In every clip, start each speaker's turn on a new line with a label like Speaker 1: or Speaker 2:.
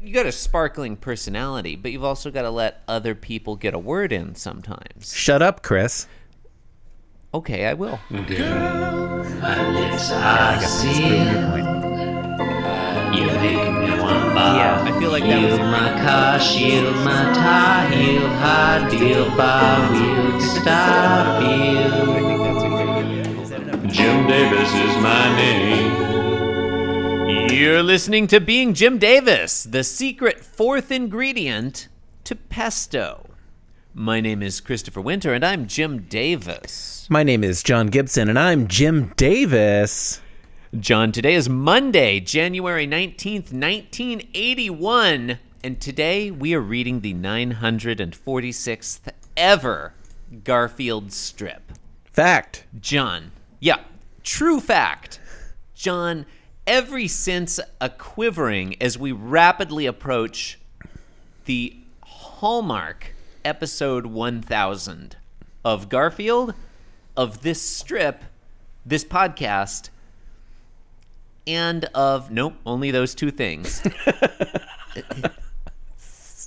Speaker 1: you got a sparkling personality, but you've also got to let other people get a word in sometimes.
Speaker 2: Shut up, Chris.
Speaker 1: Okay, I will.
Speaker 3: You make me wanna buy.
Speaker 1: Yeah, I feel like that
Speaker 3: Heal
Speaker 1: was
Speaker 3: my car, shield my tie, heel, high deal, bar wheel, stop you. Jim Davis is my name.
Speaker 1: You're listening to Being Jim Davis, the secret fourth ingredient to pesto. My name is Christopher Winter, and I'm Jim Davis.
Speaker 2: My name is John Gibson, and I'm Jim Davis.
Speaker 1: John, today is Monday, January 19th, 1981, and today we are reading the 946th ever Garfield strip.
Speaker 2: Fact.
Speaker 1: John. Yeah, true fact. John, every sense a quivering as we rapidly approach the hallmark episode 1000 of Garfield, of this strip, this podcast, and of, nope, only those two things.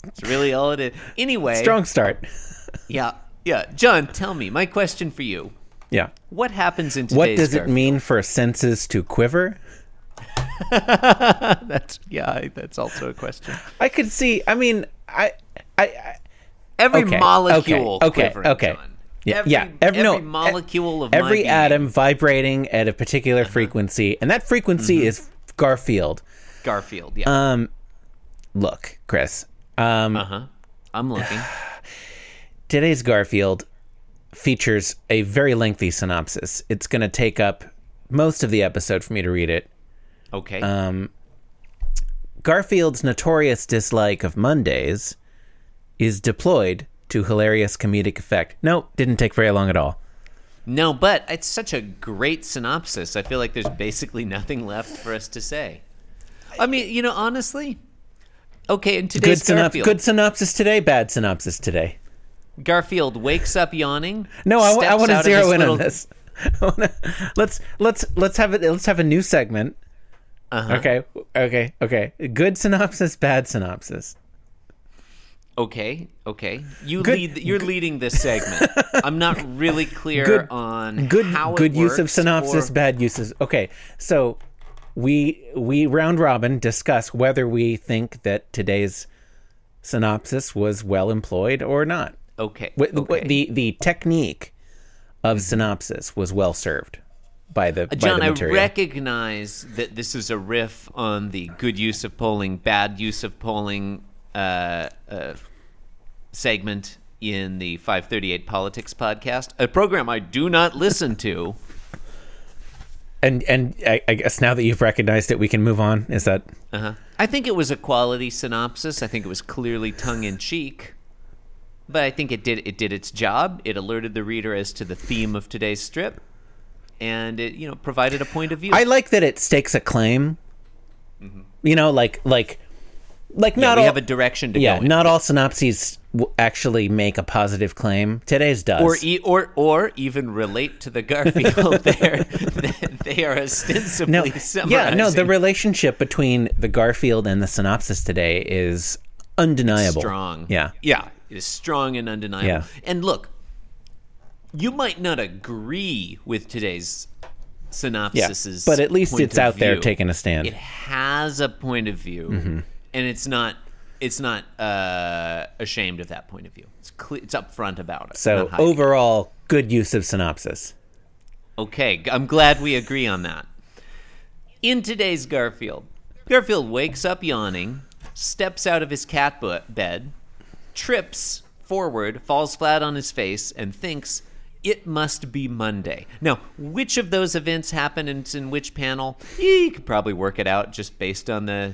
Speaker 1: it's really all it is. Anyway.
Speaker 2: Strong start.
Speaker 1: Yeah. Yeah. John, tell me, my question for you.
Speaker 2: Yeah.
Speaker 1: What happens in today's
Speaker 2: What does it
Speaker 1: Garfield?
Speaker 2: mean for senses to quiver?
Speaker 1: That's yeah, I- that's also a question.
Speaker 2: I could see. I mean, I, I, I
Speaker 1: Every
Speaker 2: Okay,
Speaker 1: molecule
Speaker 2: okay, okay,
Speaker 1: quivering,
Speaker 2: okay.
Speaker 1: John.
Speaker 2: Yeah,
Speaker 1: every,
Speaker 2: yeah, every-
Speaker 1: every,
Speaker 2: no, e-
Speaker 1: molecule of my
Speaker 2: every
Speaker 1: being.
Speaker 2: atom vibrating at a particular frequency, and that frequency is Garfield.
Speaker 1: Garfield. Yeah.
Speaker 2: Look, Chris. Um,
Speaker 1: Uh huh. I'm looking.
Speaker 2: today's Garfield features a very lengthy synopsis. It's going to take up most of the episode for me to read it.
Speaker 1: Okay.
Speaker 2: um, Garfield's notorious dislike of Mondays is deployed to hilarious comedic effect. No, didn't take very long at all.
Speaker 1: no, but it's such a great synopsis. I feel like there's basically nothing left for us to say. I mean, you know, honestly. Okay, in
Speaker 2: Good,
Speaker 1: today's
Speaker 2: synops-
Speaker 1: Garfield,
Speaker 2: good synopsis today, bad synopsis today.
Speaker 1: Garfield wakes up yawning.
Speaker 2: No, I,
Speaker 1: steps out
Speaker 2: want to
Speaker 1: of
Speaker 2: zero
Speaker 1: his
Speaker 2: in
Speaker 1: little-
Speaker 2: on this. I wanna, let's let's let's have it. Let's have a new segment.
Speaker 1: Uh-huh.
Speaker 2: Okay, okay, okay. Good synopsis, bad synopsis.
Speaker 1: Okay, okay. You
Speaker 2: Good-
Speaker 1: lead. You're leading this segment. I'm not really clear
Speaker 2: Good-
Speaker 1: on
Speaker 2: good
Speaker 1: how it
Speaker 2: good use of
Speaker 1: works
Speaker 2: synopsis
Speaker 1: or-
Speaker 2: bad uses okay so we we round robin discuss whether we think that today's synopsis was well employed or not
Speaker 1: Okay.
Speaker 2: Wh- wh-
Speaker 1: okay. Mm-hmm.
Speaker 2: the the technique of synopsis was well served by the
Speaker 1: John,
Speaker 2: by the
Speaker 1: I
Speaker 2: material
Speaker 1: recognize that this is a riff on the good use of polling, bad use of polling uh, uh, segment in the 538 Politics podcast, a program I do not listen to.
Speaker 2: and and I, I guess now that you've recognized it we can move on is that
Speaker 1: Uh-huh. I think it was a quality synopsis. I think it was clearly tongue in cheek, but I think it did it did its job. It alerted the reader as to the theme of today's strip, and it you know provided a point of view.
Speaker 2: I like that it stakes a claim you know like like like
Speaker 1: Mm-hmm. yeah,
Speaker 2: not
Speaker 1: we
Speaker 2: all,
Speaker 1: have a direction to
Speaker 2: yeah,
Speaker 1: go. in.
Speaker 2: not all synopses w- actually make a positive claim. Today's does.
Speaker 1: or, e- or or even relate to the Garfield there. they are ostensibly
Speaker 2: no,
Speaker 1: summarizing.
Speaker 2: yeah, no. The relationship between the Garfield and the synopsis today is undeniable.
Speaker 1: strong.
Speaker 2: Yeah.
Speaker 1: yeah, it is strong and undeniable.
Speaker 2: Yeah.
Speaker 1: And look, you might not agree with today's
Speaker 2: Yeah.
Speaker 1: synopsis's,
Speaker 2: But at least
Speaker 1: point
Speaker 2: it's
Speaker 1: of
Speaker 2: out there
Speaker 1: view.
Speaker 2: taking Mm-hmm. a stand.
Speaker 1: It has a point of view, and it's not. It's not uh, ashamed of that point of view. It's cle it's upfront about it.
Speaker 2: so
Speaker 1: not hiding it.
Speaker 2: overall, good use of synopsis.
Speaker 1: Okay, g- I'm glad we agree on that. In today's Garfield, Garfield wakes up yawning, steps out of his cat bu- bed, trips forward, falls flat on his face, and thinks it must be Monday. Now, which of those events happened and it's in which panel? Eh, You could probably work it out just based on the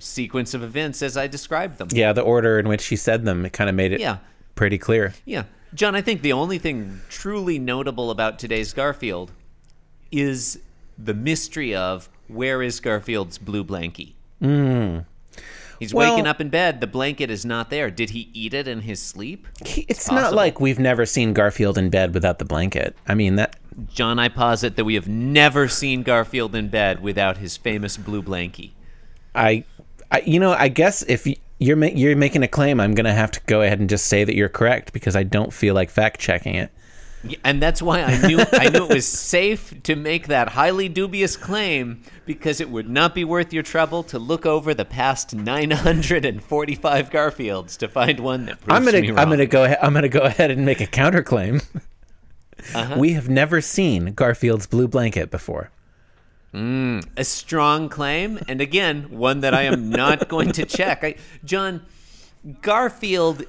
Speaker 1: sequence of events as I described them.
Speaker 2: Yeah, the order in which she said them, it kind of made it
Speaker 1: Yeah.
Speaker 2: pretty clear.
Speaker 1: Yeah. John, I think the only thing truly notable about today's Garfield is the mystery of where is Garfield's blue blankie? Mm. He's
Speaker 2: Well-
Speaker 1: waking up in bed. The blanket is not there. Did he eat it in his sleep?
Speaker 2: He- It's, not
Speaker 1: possible.
Speaker 2: like we've never seen Garfield in bed without the blanket. I mean that.
Speaker 1: John, I posit that we have never seen Garfield in bed without his famous blue blankie.
Speaker 2: I I, you know, I guess if y- you're ma- you're making a claim, I'm gonna have to go ahead and just say that you're correct because I don't feel like fact checking it.
Speaker 1: And that's why I knew I knew it was safe to make that highly dubious claim because it would not be worth your trouble to look over the past 945 Garfields to find one that proves
Speaker 2: I'm gonna
Speaker 1: me wrong.
Speaker 2: I'm gonna go ahead, I'm gonna go ahead and make a counterclaim.
Speaker 1: Uh-huh.
Speaker 2: We have never seen Garfield's blue blanket before.
Speaker 1: a strong claim, and again, one that I am not going to check. I, John Garfield,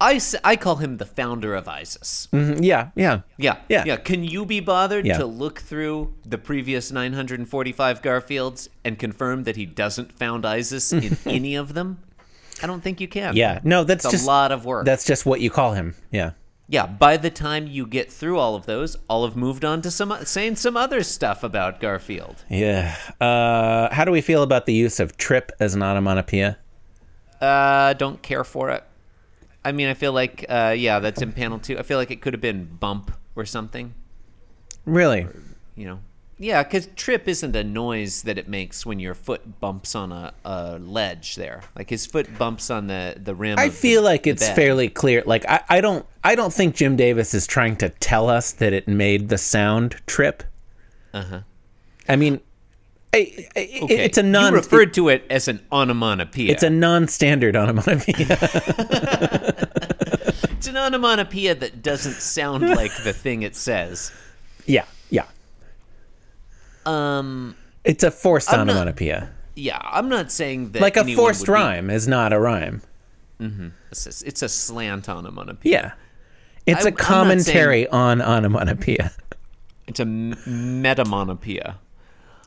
Speaker 1: I, s- I call him the founder of ISIS.
Speaker 2: Mm, Yeah, yeah,
Speaker 1: Yeah,
Speaker 2: Yeah.
Speaker 1: yeah. Can you be bothered
Speaker 2: Yeah.
Speaker 1: to look through the previous 945 Garfields and confirm that he doesn't found ISIS in any of them? I don't think you can.
Speaker 2: yeah. No, that's
Speaker 1: it's a
Speaker 2: just
Speaker 1: lot of work.
Speaker 2: that's just what you call him. Yeah.
Speaker 1: Yeah, by the time you get through all of those, I'll have moved on to some saying some other stuff about Garfield.
Speaker 2: Yeah. Uh, how do we feel about the use of trip as an onomatopoeia?
Speaker 1: Uh, don't care for it. I mean, I feel like, uh, yeah, that's in panel two. I feel like it could have been bump or something,
Speaker 2: Really?
Speaker 1: you know? Yeah, because trip isn't a noise that it makes when your foot bumps on a, a ledge there. Like his foot bumps on the, the rim.
Speaker 2: I
Speaker 1: of the-
Speaker 2: feel like
Speaker 1: the
Speaker 2: it's
Speaker 1: bed.
Speaker 2: fairly clear. Like I, I don't I don't think Jim Davis is trying to tell us that it made the sound trip. Uh-huh. I mean I, I, it-
Speaker 1: Okay,
Speaker 2: it's a non
Speaker 1: You referred to it as an onomatopoeia.
Speaker 2: it's a non-standard onomatopoeia.
Speaker 1: it's an onomatopoeia that doesn't sound like the thing it says.
Speaker 2: yeah, yeah.
Speaker 1: Um,
Speaker 2: It's a forced
Speaker 1: not-
Speaker 2: onomatopoeia.
Speaker 1: yeah, I'm not saying that
Speaker 2: like a
Speaker 1: anyone
Speaker 2: forced
Speaker 1: would be-
Speaker 2: rhyme is not a rhyme.
Speaker 1: It's a- it's a slant onomatopoeia.
Speaker 2: Yeah. It's
Speaker 1: I-
Speaker 2: a
Speaker 1: I'm not saying-
Speaker 2: commentary on onomatopoeia.
Speaker 1: It's a m- metamonopoeia.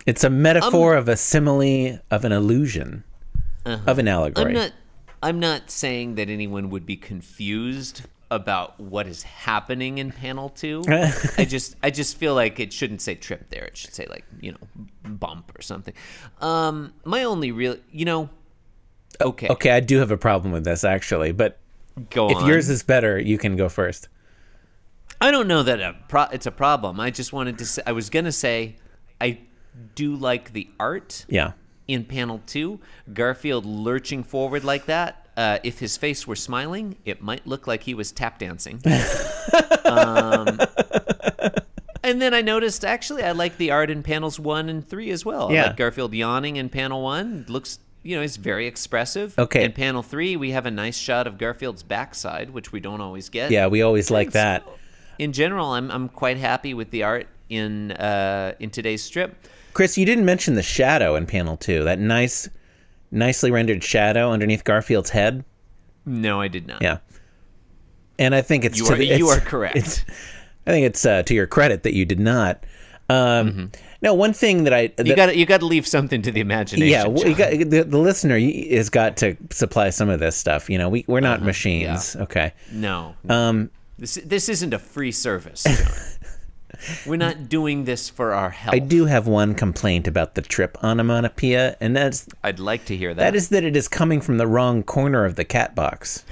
Speaker 2: It's a metaphor of a simile, of an illusion, of an
Speaker 1: I'm
Speaker 2: allegory.
Speaker 1: not. I'm not saying that anyone would be confused about what is happening in panel two. I just, I just feel like it shouldn't say trip there. It should say like you know bump or something. Um, my only real, you know, okay,
Speaker 2: okay, I do have a problem with this actually, but
Speaker 1: go
Speaker 2: if
Speaker 1: on.
Speaker 2: yours is better, you can go first.
Speaker 1: I don't know that a pro- it's a problem. I just wanted to. Say, I was gonna say, I do like the art.
Speaker 2: Yeah.
Speaker 1: in panel two, Garfield lurching forward like that. Uh, if his face were smiling, it might look like he was tap dancing. um, and then I noticed actually I like the art in panels one and three as well. I
Speaker 2: Yeah.
Speaker 1: like Garfield yawning in panel one looks. You know, he's very expressive.
Speaker 2: Okay.
Speaker 1: In panel three, we have a nice shot of Garfield's backside, which we don't always get.
Speaker 2: Yeah, we always like that.
Speaker 1: In general, I'm I'm quite happy with the art in uh, in today's strip.
Speaker 2: Chris, you didn't mention the shadow in panel 2. That nice nicely rendered shadow underneath Garfield's head.
Speaker 1: No, I did not.
Speaker 2: Yeah. And I think it's
Speaker 1: You
Speaker 2: to
Speaker 1: are
Speaker 2: the-
Speaker 1: you are
Speaker 2: it's-
Speaker 1: correct.
Speaker 2: it's- I think it's uh, to your credit that you did not. Um, Now, one thing that I that,
Speaker 1: Mm-hmm. You got you got to leave something to the imagination.
Speaker 2: yeah, well, you
Speaker 1: John.
Speaker 2: got, the, the listener y- has got to supply some of this stuff. You know, we we're
Speaker 1: Uh-huh.
Speaker 2: not machines. Okay,
Speaker 1: no. Um, this this isn't a free service. John. We're not doing this for our health.
Speaker 2: I do have one complaint about the trip onomatopoeia, and that's
Speaker 1: I'd like to hear that.
Speaker 2: that is that it is coming from the wrong corner of the cat box.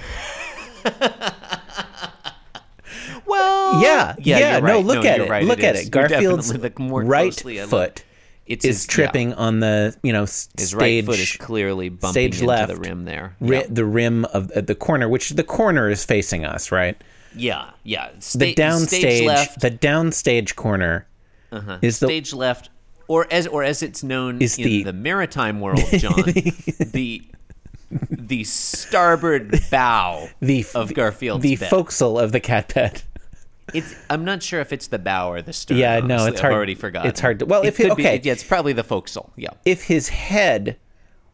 Speaker 1: well.
Speaker 2: Yeah,
Speaker 1: Oh, yeah.
Speaker 2: yeah,
Speaker 1: you're
Speaker 2: no,
Speaker 1: right.
Speaker 2: look at
Speaker 1: you're
Speaker 2: it,
Speaker 1: right,
Speaker 2: look at
Speaker 1: is.
Speaker 2: it.
Speaker 1: You
Speaker 2: Garfield's
Speaker 1: definitely look more
Speaker 2: right
Speaker 1: closely at it.
Speaker 2: foot
Speaker 1: It's
Speaker 2: is
Speaker 1: his- yeah.
Speaker 2: tripping on the you know s-
Speaker 1: His
Speaker 2: stage.
Speaker 1: right foot is clearly bumping
Speaker 2: stage
Speaker 1: into
Speaker 2: left,
Speaker 1: the rim there.
Speaker 2: ri-
Speaker 1: yeah.
Speaker 2: the rim of uh, the corner, which the corner is facing us, right?
Speaker 1: yeah, yeah. Sta-
Speaker 2: The
Speaker 1: stage
Speaker 2: downstage,
Speaker 1: left, Uh-huh.
Speaker 2: the downstage corner is the
Speaker 1: stage left, or as or as it's known
Speaker 2: Is
Speaker 1: in the,
Speaker 2: the-
Speaker 1: maritime world, John, the the starboard bow
Speaker 2: the f-
Speaker 1: of Garfield's
Speaker 2: the
Speaker 1: bed.
Speaker 2: forecastle of the cat bed.
Speaker 1: It's. I'm not sure if it's the bow or the stern.
Speaker 2: Yeah, no,
Speaker 1: honestly.
Speaker 2: it's
Speaker 1: I've
Speaker 2: hard-
Speaker 1: already forgotten.
Speaker 2: it's hard to- well,
Speaker 1: It
Speaker 2: if it-
Speaker 1: could be-
Speaker 2: okay.
Speaker 1: yeah, it's probably the forecastle. Yeah,
Speaker 2: If his head,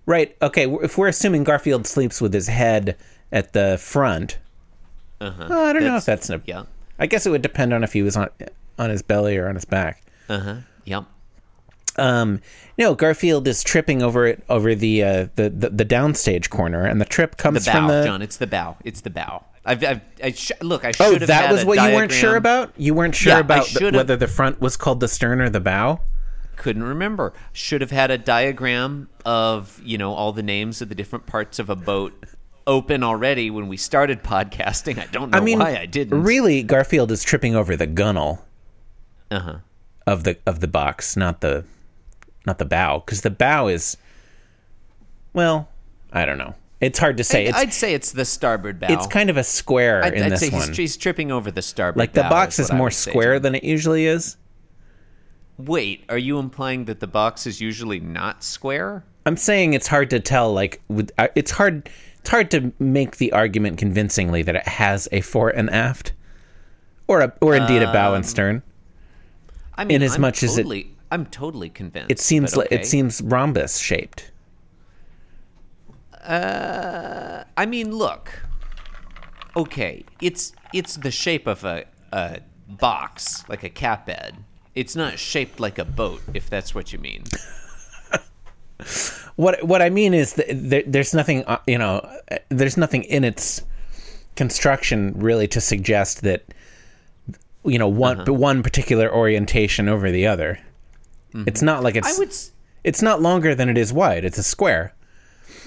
Speaker 2: right? Okay, w- if we're assuming Garfield sleeps with his head at the front, uh-huh. I don't know if that's an,
Speaker 1: yeah,
Speaker 2: I guess it would depend on if he was on on his belly or on his back.
Speaker 1: yeah.
Speaker 2: Um, no, Garfield is tripping over it over the uh, the, the the downstage corner, and the trip
Speaker 1: The
Speaker 2: comes
Speaker 1: bow,
Speaker 2: from the.
Speaker 1: John. It's the bow. It's the bow. I've, I've I sh- look. I should
Speaker 2: Oh,
Speaker 1: have
Speaker 2: that
Speaker 1: had
Speaker 2: was
Speaker 1: a
Speaker 2: what you weren't sure
Speaker 1: diagram.
Speaker 2: about. You weren't sure
Speaker 1: Yeah, I
Speaker 2: about the-
Speaker 1: should've-
Speaker 2: whether the front was called the stern or the bow.
Speaker 1: Couldn't remember. Should have had a diagram of you know all the names of the different parts of a boat open already when we started podcasting. I don't know
Speaker 2: I mean,
Speaker 1: why I didn't.
Speaker 2: Really, Garfield is tripping over the gunnel
Speaker 1: uh huh.
Speaker 2: of the of the box, not the not the bow, because the bow is well, I don't know. It's hard to say. it's
Speaker 1: I'd say it's the starboard bow.
Speaker 2: it's kind of a square
Speaker 1: I'd,
Speaker 2: in
Speaker 1: I'd
Speaker 2: this
Speaker 1: say
Speaker 2: one.
Speaker 1: He's, he's tripping over the starboard.
Speaker 2: like the
Speaker 1: bow
Speaker 2: box is
Speaker 1: what I
Speaker 2: more
Speaker 1: would say to
Speaker 2: square
Speaker 1: him.
Speaker 2: than it usually is.
Speaker 1: Wait, are you implying that the box is usually not square?
Speaker 2: I'm saying it's hard to tell. Like with, uh, it's hard. It's hard to make the argument convincingly that it has a fore and aft, or a, or indeed a bow and
Speaker 1: Um,
Speaker 2: stern.
Speaker 1: I mean,
Speaker 2: In as
Speaker 1: I'm
Speaker 2: much as it-
Speaker 1: totally, I'm totally convinced.
Speaker 2: It seems
Speaker 1: but
Speaker 2: like
Speaker 1: okay.
Speaker 2: it seems rhombus shaped.
Speaker 1: I mean, look. Okay, it's it's the shape of a a box, like a cat bed. It's not shaped like a boat, if that's what you mean.
Speaker 2: What what I mean is that there, there's nothing uh, you know uh, there's nothing in its construction really to suggest that you know one
Speaker 1: Uh-huh.
Speaker 2: one particular orientation over the other. It's not like
Speaker 1: Mm-hmm. I
Speaker 2: it's
Speaker 1: would. s-
Speaker 2: it's not longer than it is wide. It's a square.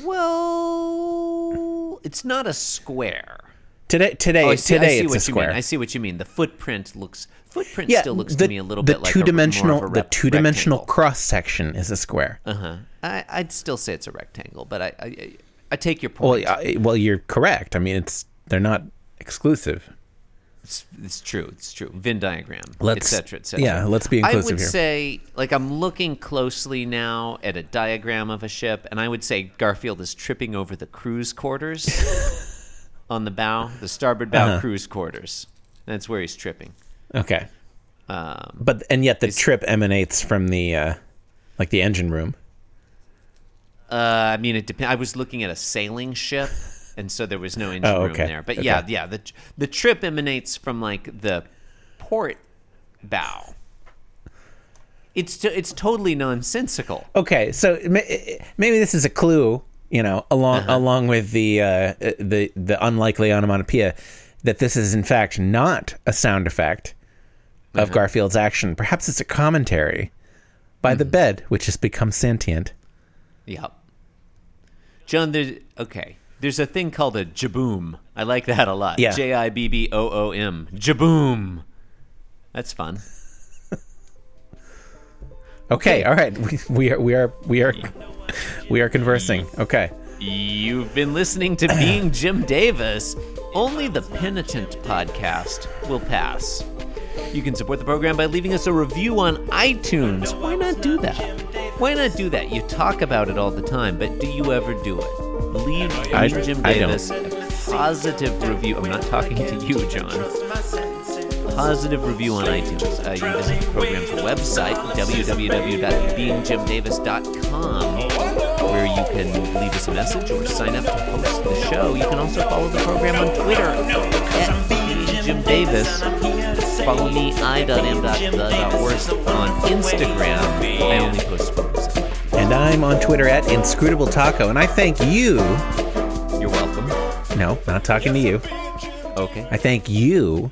Speaker 1: Well, it's not a square.
Speaker 2: Today today
Speaker 1: Oh, I see, I
Speaker 2: today
Speaker 1: see
Speaker 2: it's
Speaker 1: what
Speaker 2: a
Speaker 1: you
Speaker 2: square.
Speaker 1: mean. I see what you mean. The footprint looks footprint still looks
Speaker 2: the,
Speaker 1: to me a little
Speaker 2: the
Speaker 1: bit like
Speaker 2: two dimensional
Speaker 1: a, more of a
Speaker 2: the
Speaker 1: rep-
Speaker 2: two dimensional
Speaker 1: rectangle.
Speaker 2: cross section is a square.
Speaker 1: Uh-huh. I, I'd still say it's a rectangle, but I I, I- I take your point.
Speaker 2: Well, I, well, you're correct. I mean, it's they're not exclusive.
Speaker 1: It's, it's true. It's true. Venn diagram,
Speaker 2: Let's-
Speaker 1: etc. Cetera, et cetera.
Speaker 2: yeah, let's be
Speaker 1: I
Speaker 2: inclusive
Speaker 1: would
Speaker 2: here.
Speaker 1: say, like, I'm looking closely now at a diagram of a ship, and I would say Garfield is tripping over the cruise quarters on the bow, the starboard bow
Speaker 2: Uh-huh.
Speaker 1: cruise quarters. That's where he's tripping.
Speaker 2: Okay.
Speaker 1: Um,
Speaker 2: but and yet the trip emanates from the uh, like the engine room.
Speaker 1: Uh, I mean, it depends. I was looking at a sailing ship, and so there was no engine
Speaker 2: Oh,
Speaker 1: room
Speaker 2: okay.
Speaker 1: there. But
Speaker 2: Okay.
Speaker 1: yeah, yeah, the the trip emanates from like the port bow. It's to, it's totally nonsensical.
Speaker 2: Okay, so ma- eh, maybe this is a clue, you know, along along with the uh, the the unlikely onomatopoeia that this is in fact not a sound effect of Garfield's action. Perhaps it's a commentary by the bed, which has become sentient.
Speaker 1: Yep. John, there's okay. There's a thing called a jaboom. I like that a lot.
Speaker 2: Yeah.
Speaker 1: J i b b o o m. Jaboom. That's fun.
Speaker 2: Okay,
Speaker 1: Okay.
Speaker 2: all right, we, we are we are we are we are conversing. Okay,
Speaker 1: You've been listening to Being Jim Davis. Only the Penitent podcast will pass. You can support the program by leaving us a review on iTunes. Why not do that? Why not do that? You talk about it all the time, but do you ever do it? Leave
Speaker 2: I-
Speaker 1: Being Jim
Speaker 2: I don't.
Speaker 1: Davis a positive review. I'm not talking to you, John. Positive review on iTunes. Uh, you can visit the program's website, www.beingjimdavis.com where you can leave us a message or sign up to host the show. You can also follow the program on Twitter at Jim Davis. Follow me, i.m.the.worst on Instagram. I only post sports.
Speaker 2: and I'm on Twitter at inscrutable taco, and I thank you.
Speaker 1: You're welcome.
Speaker 2: No, not talking to you.
Speaker 1: Okay.
Speaker 2: I thank you